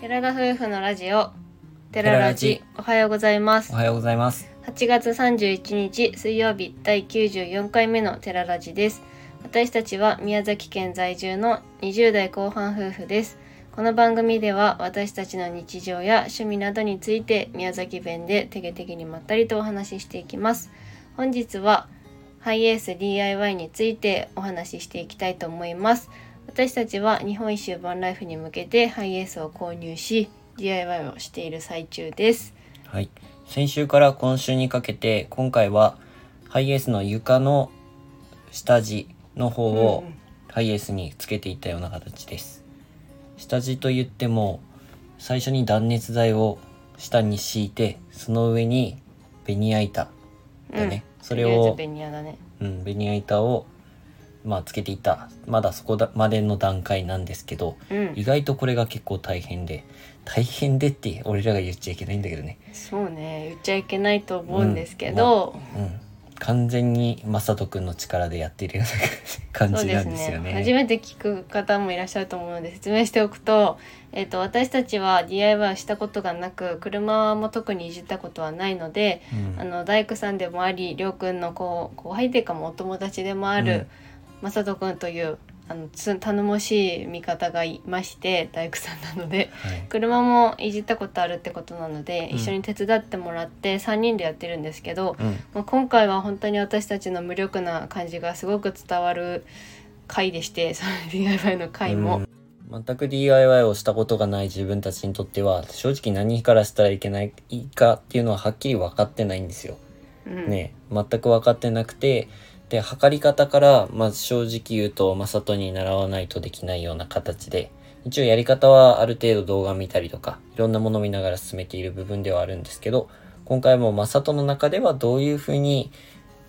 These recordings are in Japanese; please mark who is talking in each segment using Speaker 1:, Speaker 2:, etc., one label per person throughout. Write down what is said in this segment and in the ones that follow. Speaker 1: 夫婦のラジオテララジおはようございます
Speaker 2: おはようございます。
Speaker 1: 8月31日水曜日第94回目のテララジです私たちは宮崎県在住の20代後半夫婦ですこの番組では私たちの日常や趣味などについて宮崎弁でてげてげにまったりとお話ししていきます本日はハイエース DIY についてお話ししていきたいと思います私たちは日本一周バンライフに向けてハイエースを購入し DIY をしている最中です
Speaker 2: はい。先週から今週にかけて、今回はハイエースの床の下地の方を
Speaker 1: うんうん
Speaker 2: ハイエースにつけていったような形です。下地と言っても、最初に断熱材を下に敷いて、その上にベニヤ板だね。それ
Speaker 1: とりあえ
Speaker 2: を
Speaker 1: ず、ベニヤだね
Speaker 2: うん、ベニヤ板を、まあ、つけていった。まだそこだまでの段階なんですけど、
Speaker 1: うん
Speaker 2: 意外とこれが結構大変で大変でって俺らが言っちゃいけないんだけどね、
Speaker 1: そうね言っちゃいけないと思うんですけど、
Speaker 2: うん、完全にマサト君の力でやってるような 感
Speaker 1: そう
Speaker 2: じ
Speaker 1: で
Speaker 2: な
Speaker 1: す
Speaker 2: んです
Speaker 1: ね
Speaker 2: よね
Speaker 1: 初めて聞く方もいらっしゃると思うので説明しておくと,、えっと私たちは DIY をしたことがなく車も特にいじったことはないので、
Speaker 2: うん
Speaker 1: あの大工さんでもありりょうくんのこう後輩っていうかもうお友達でもある、まさとくんというあのつ頼もしい味方がいまして大工さんなので
Speaker 2: はい
Speaker 1: 車もいじったことあるってことなので、
Speaker 2: うん
Speaker 1: 一緒に手伝ってもらって3人でやってるんですけど、
Speaker 2: うん
Speaker 1: もう今回は本当に私たちの無力な感じがすごく伝わる回でして その DIY の回も、
Speaker 2: うん全く DIY をしたことがない自分たちにとっては正直何からしたらいけないかっていうのははっきり分かってないんですよ。
Speaker 1: うん
Speaker 2: ね、全く分かってなくてで測り方から、まあ、正直言うとマサトに習わないとできないような形で一応やり方はある程度動画見たりとかいろんなもの見ながら進めている部分ではあるんですけど今回もマサトの中ではどういうふうに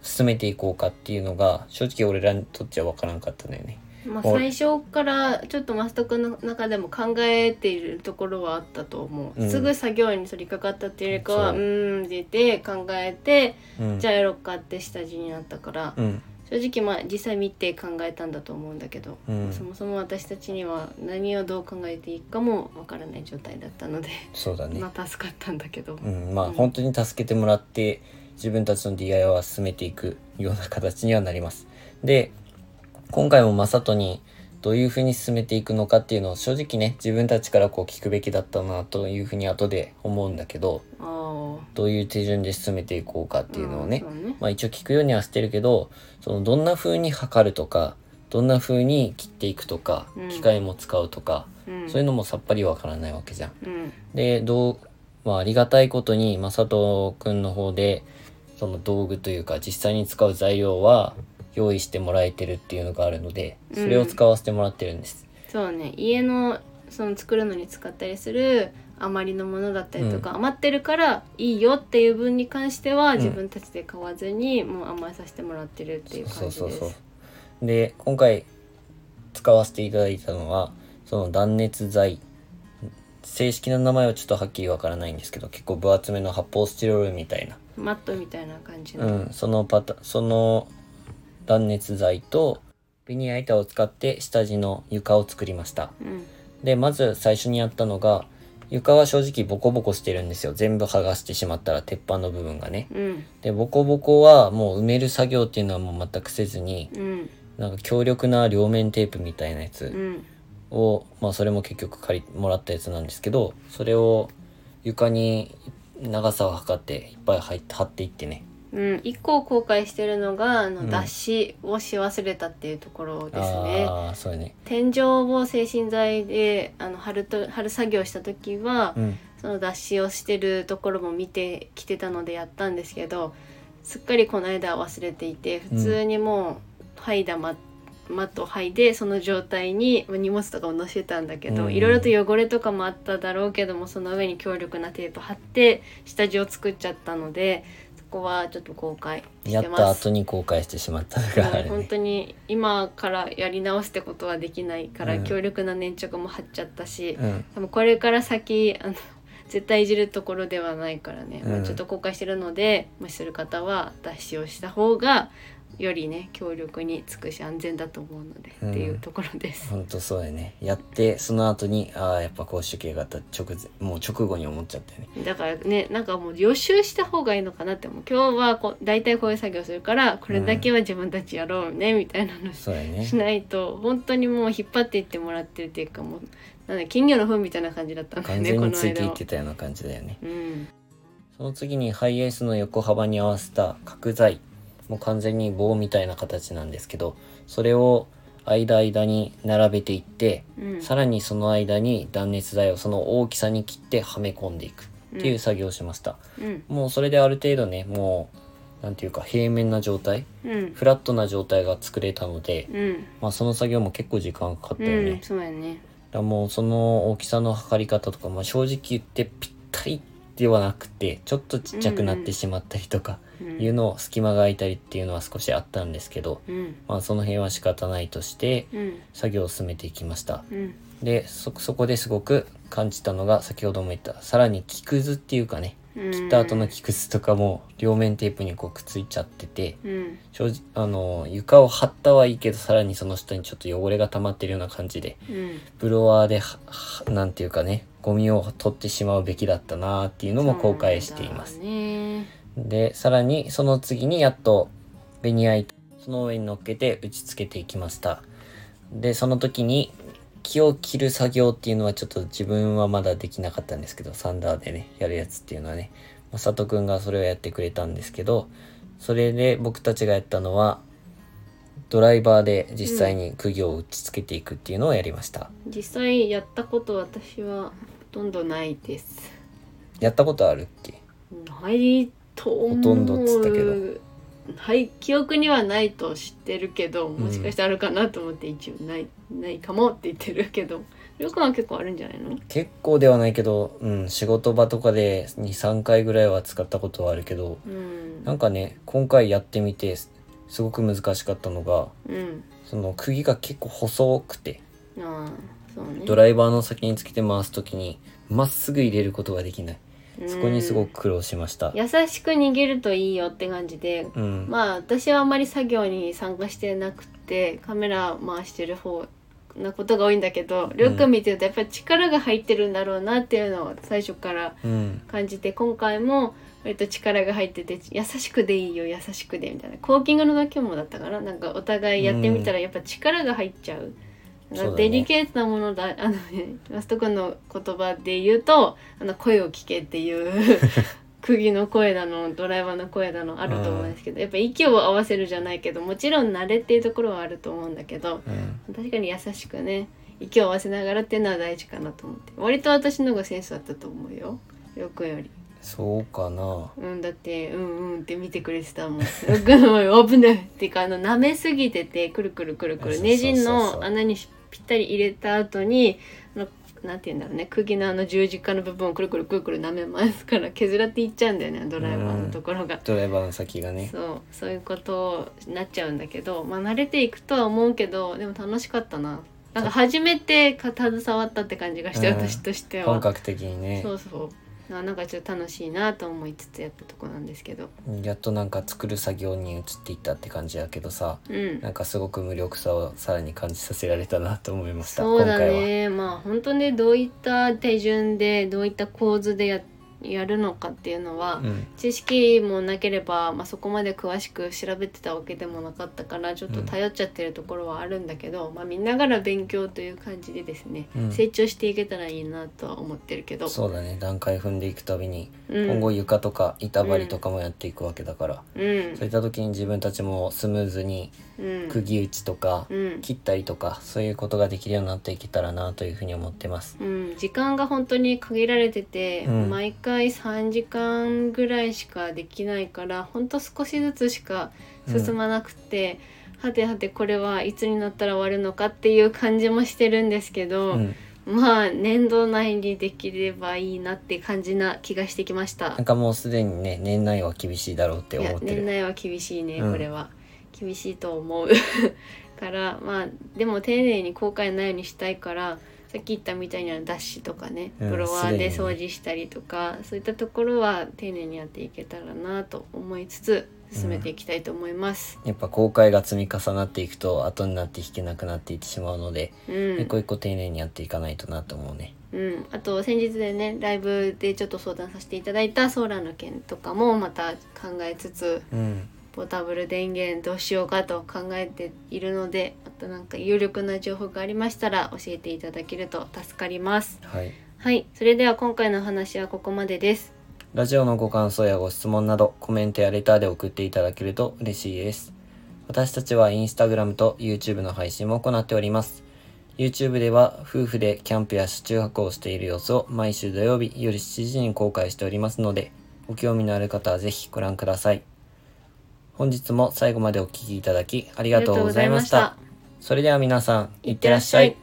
Speaker 2: 進めていこうかっていうのが正直俺らにとっては分からんかったんだよね。
Speaker 1: まあ、
Speaker 2: はい
Speaker 1: 最初からちょっとマスト君の中でも考えているところはあったと思う、
Speaker 2: うん
Speaker 1: すぐ作業に取り掛かったっていうよりかはう
Speaker 2: そう
Speaker 1: ーん出て考えて
Speaker 2: うん
Speaker 1: じゃあやろうかって下地になったから、
Speaker 2: うん
Speaker 1: 正直まあ実際見て考えたんだと思うんだけど、
Speaker 2: うん
Speaker 1: そもそも私たちには何をどう考えていいかもわからない状態だったので、
Speaker 2: そうだね
Speaker 1: まあ助かったんだけど、
Speaker 2: うん、まあ、
Speaker 1: うん
Speaker 2: 本当に助けてもらって自分たちの DIY は進めていくような形にはなります。で今回もマサトにどういうふうに進めていくのかっていうのを正直ね自分たちからこう聞くべきだったなというふうに後で思うんだけど
Speaker 1: ああ
Speaker 2: どういう手順で進めていこうかっていうのをね、
Speaker 1: うんそうね
Speaker 2: まあ、一応聞くようにはしてるけどそのどんな風に測るとかどんな風に切っていくとか
Speaker 1: うん
Speaker 2: 機械も使うとか、
Speaker 1: うん、
Speaker 2: そういうのもさっぱりわからないわけじゃん。
Speaker 1: うん
Speaker 2: で、どう、まあ、ありがたいことに、まさとくんの方で、その道具というか、実際に使う材料は用意してもらえてるっていうのがあるので、それを使わせてもらってるんです。
Speaker 1: そうね家のその作るのに使ったりする余りのものだったりとか、余ってるからいいよっていう分に関しては
Speaker 2: ん
Speaker 1: 自分たちで買わずに、もう甘えさせてもらってるっていう
Speaker 2: そ
Speaker 1: 感
Speaker 2: う
Speaker 1: じ
Speaker 2: そう
Speaker 1: で
Speaker 2: そう
Speaker 1: す。
Speaker 2: そう。で、今回使わせていただいたのは、その断熱材。正式な名前はちょっとはっきりわからないんですけど、結構分厚めの発泡スチロールみたいな。
Speaker 1: マットみたいな感じ
Speaker 2: う
Speaker 1: の、
Speaker 2: ん、そのパタ、その断熱材と、ベニヤ板を使って下地の床を作りました。
Speaker 1: うん
Speaker 2: でまず最初にやったのが床は正直ボコボコしてるんですよ全部剥がしてしまったら鉄板の部分がね
Speaker 1: うん
Speaker 2: でボコボコはもう埋める作業っていうのはもう全くせずに
Speaker 1: うん
Speaker 2: なんか強力な両面テープみたいなや
Speaker 1: う
Speaker 2: つ
Speaker 1: ん
Speaker 2: を、まあそれも結局借りもらったやつなんですけどそれを床に長さを測っていっぱい入って貼っていってね
Speaker 1: うん、一個後悔してるのがあの、
Speaker 2: うん
Speaker 1: 脱脂をし忘れたっていうところですね
Speaker 2: ああそうやね
Speaker 1: 天井を精神剤であの貼ると貼る作業した時は、
Speaker 2: うん
Speaker 1: その脱脂をしてるところも見てきてたのでやったんですけどすっかりこの間忘れていて普通にもう剥いだママットを剥いでその状態にまあ荷物とかを乗せたんだけど、
Speaker 2: うん
Speaker 1: いろいろと汚れとかもあっただろうけどもその上に強力なテープ貼って下地を作っちゃったのでそこはちょっと後悔し
Speaker 2: やってた
Speaker 1: ます。
Speaker 2: 後に後悔してしまったのがあ
Speaker 1: もう
Speaker 2: る
Speaker 1: 本
Speaker 2: ね
Speaker 1: 当に今からやり直すってことはできないから、
Speaker 2: うん
Speaker 1: 強力な粘着も貼っちゃったし、
Speaker 2: うん
Speaker 1: でもこれから先あの絶対いじるところではないからね、
Speaker 2: うん
Speaker 1: まあ、ちょっと後悔してるのでもしする方は脱脂をした方がよりね強力に尽くし安全だと思うので、
Speaker 2: うん
Speaker 1: っていうところです。
Speaker 2: ほんとそうだよねやってその後にああやっぱこうしときゃよかった直前もう直後に思っちゃったよね
Speaker 1: だからねなんかもう予習した方がいいのかなって思う今日はこう大体こういう作業するからこれだけは自分たちやろうね、みたいなの
Speaker 2: そうだよね
Speaker 1: しないと本当にもう引っ張っていってもらってるっていうかもうなんだ金魚の糞みたいな感じだったんだよ
Speaker 2: 完
Speaker 1: ね
Speaker 2: 全
Speaker 1: こ
Speaker 2: に
Speaker 1: の
Speaker 2: ついて
Speaker 1: 間
Speaker 2: いっ
Speaker 1: は
Speaker 2: て。たような感じだよね
Speaker 1: うん
Speaker 2: その次にハイエースの横幅に合わせた角材もう完全に棒みたいな形なんですけどそれを間間に並べていって
Speaker 1: うん、
Speaker 2: さらにその間に断熱材をその大きさに切ってはめ込んでいくっていう作業をしました、
Speaker 1: うん
Speaker 2: もうそれである程度ねもうなんていうか平面な状態
Speaker 1: うん
Speaker 2: フラットな状態が作れたので、
Speaker 1: うん
Speaker 2: まあ、その作業も結構時間かかったよ
Speaker 1: う
Speaker 2: ね
Speaker 1: ん、、そうやね。
Speaker 2: だからもうその大きさの測り方とか、まあ、正直言ってぴったりではなくてちょっとちっちゃくなってしまったりとか
Speaker 1: うん
Speaker 2: いうのを隙間が空いたりっていうのは少しあったんですけど、
Speaker 1: うん
Speaker 2: まあ、その辺は仕方ないとして
Speaker 1: うん
Speaker 2: 作業を進めていきました
Speaker 1: うん
Speaker 2: でそそこですごく感じたのが先ほども言ったさらに木くずっていうかね
Speaker 1: うん
Speaker 2: 切った後の木くずとかも両面テープにこうくっついちゃってて
Speaker 1: うん
Speaker 2: 正直あの床を張ったはいいけどさらにその下にちょっと汚れが溜まってるような感じで
Speaker 1: うん
Speaker 2: ブロワーでははなんていうかねゴミを取ってしまうべきだったなーっていうのも後悔しています
Speaker 1: そうなんだね
Speaker 2: でさらにその次にやっとベニヤ板その上に乗っけて打ち付けていきましたでその時に木を切る作業っていうのはちょっと自分はまだできなかったんですけどサンダーでねやるやつっていうのはねまさとくんがそれをやってくれたんですけどそれで僕たちがやったのはドライバーで実際に釘を打ち付けていくっていうのをやりました、
Speaker 1: 実際やったこと私はほとんどないです。
Speaker 2: やったことあるっけ
Speaker 1: ないと思う。
Speaker 2: ほとんどっつったけど
Speaker 1: はい記憶にはないと知ってるけどもしかしてあるかなと思って一応ない、ないかもって言ってるけどりょうくんは結構あるんじゃないの
Speaker 2: 結構ではないけど、うん、仕事場とかで23回ぐらいは使ったことはあるけど
Speaker 1: うん
Speaker 2: なんかね今回やってみてすすごく難しかったのが
Speaker 1: うん
Speaker 2: その釘が結構細くて
Speaker 1: ああそうね
Speaker 2: ドライバーの先につけて回す時にまっすぐ入れることができないそこにすごく苦労しました
Speaker 1: うん優しく握るといいよって感じで
Speaker 2: うん、
Speaker 1: まあ私はあんまり作業に参加してなくてカメラ回してる方なことが多いんだけどりょうくん見てるとやっぱり力が入ってるんだろうなっていうのを最初から
Speaker 2: うん
Speaker 1: 感じて今回も割と力が入ってて優しくでいいよ優しくでみたいなコーキングの時もだったかななんかお互いやってみたらやっぱ力が入っちゃう。
Speaker 2: ん
Speaker 1: なんか
Speaker 2: そうだね
Speaker 1: デリケートなものだあのねマスト君の言葉で言うとあの声を聞けっていう 釘の声だのドライバーの声だのあると思うんですけどやっぱ息を合わせるじゃないけどもちろん慣れっていうところはあると思うんだけど
Speaker 2: うん
Speaker 1: 確かに優しくね息を合わせながらっていうのは大事かなと思って割と私の方がセンスあったと思うよよくんより
Speaker 2: そうかな
Speaker 1: うんだってうんうんって見てくれてたもんよくんは危ないっていうかあの舐めすぎててくるくるくるく
Speaker 2: そ
Speaker 1: る
Speaker 2: うそうそう
Speaker 1: ネ
Speaker 2: そう
Speaker 1: ジの穴にぴったり入れた後にあのなんて言うんだろうね釘のあの十字架の部分をくるくるくるくる舐めますから削らっていっちゃうんだよねドライバーのところが
Speaker 2: ドライバーの先がね
Speaker 1: そうそういうことになっちゃうんだけど、まあ、慣れていくとは思うけどでも楽しかったななんか初めてか携わったって感じがして
Speaker 2: うん
Speaker 1: 私としては、
Speaker 2: 本格的にね
Speaker 1: そうそうななんかちょっと楽しいなと思いつつやったとこなんですけど
Speaker 2: やっとなんか作る作業に移っていったって感じだけどさ
Speaker 1: うん
Speaker 2: なんかすごく無力さをさらに感じさせられたなと思いました
Speaker 1: そうだねまあ本当ねどういった手順でどういった構図でややるのかっていうのは、
Speaker 2: 今回は、うん、
Speaker 1: 知識もなければ、まあ、そこまで詳しく調べてたわけでもなかったからちょっと頼っちゃってるところはあるんだけど、まあ、見ながら勉強という感じでですね、
Speaker 2: うん
Speaker 1: 成長していけたらいいなとは思ってるけど
Speaker 2: そうだね段階踏んでいくたびに、
Speaker 1: うん
Speaker 2: 今後床とか板張りとかもやっていくわけだから、
Speaker 1: うん
Speaker 2: そういった時に自分たちもスムーズに
Speaker 1: うん
Speaker 2: 釘打ちとか、
Speaker 1: うん
Speaker 2: 切ったりとかそういうことができるようになっていけたらなというふうに思ってます。
Speaker 1: うん、時間が本当に限られてて、
Speaker 2: うん
Speaker 1: 毎回3時間ぐらいしかできないから本当少しずつしか進まなくて、はてはてこれはいつになったら終わるのかっていう感じもしてるんですけど。
Speaker 2: うん、
Speaker 1: まあ年度内にできればいいなって感じな気がしてきました
Speaker 2: なんかもうすでにね年内は厳しいだろうって
Speaker 1: いや
Speaker 2: 思って
Speaker 1: 年
Speaker 2: る。
Speaker 1: 内は厳しいね、
Speaker 2: うん
Speaker 1: これは厳しいと思う からまあでも丁寧に後悔ないようにしたいからさっき言ったみたいなダッシュとかね
Speaker 2: うん
Speaker 1: フロアで
Speaker 2: 既にね
Speaker 1: 掃除したりとか、そういったところは丁寧にやっていけたらなと思いつつ進めていきたいと思います。
Speaker 2: やっぱ公開が積み重なっていくと後になって弾けなくなっていってしまうので、
Speaker 1: うん、
Speaker 2: 一個一個丁寧にやっていかないとなと思うね
Speaker 1: うん、あと先日でねライブでちょっと相談させていただいたソーラーの件とかもまた考えつつ
Speaker 2: うん
Speaker 1: ポータブル電源どうしようかと考えているのであとなんか有力な情報がありましたら教えていただけると助かります
Speaker 2: はい
Speaker 1: はいそれでは今回のお話はここまでです
Speaker 2: ラジオのご感想やご質問などコメントやレターで送っていただけると嬉しいです。私たちはインスタグラムと YouTube の配信も行っております。YouTube では夫婦でキャンプや車中泊をしている様子を毎週土曜日夜7時に公開しておりますので、ご興味のある方はぜひご覧ください。本日も最後までお聴きいただきありがとうございました。
Speaker 1: ありがとうございま
Speaker 2: それでは皆さん、い
Speaker 1: い
Speaker 2: ってらっしゃい。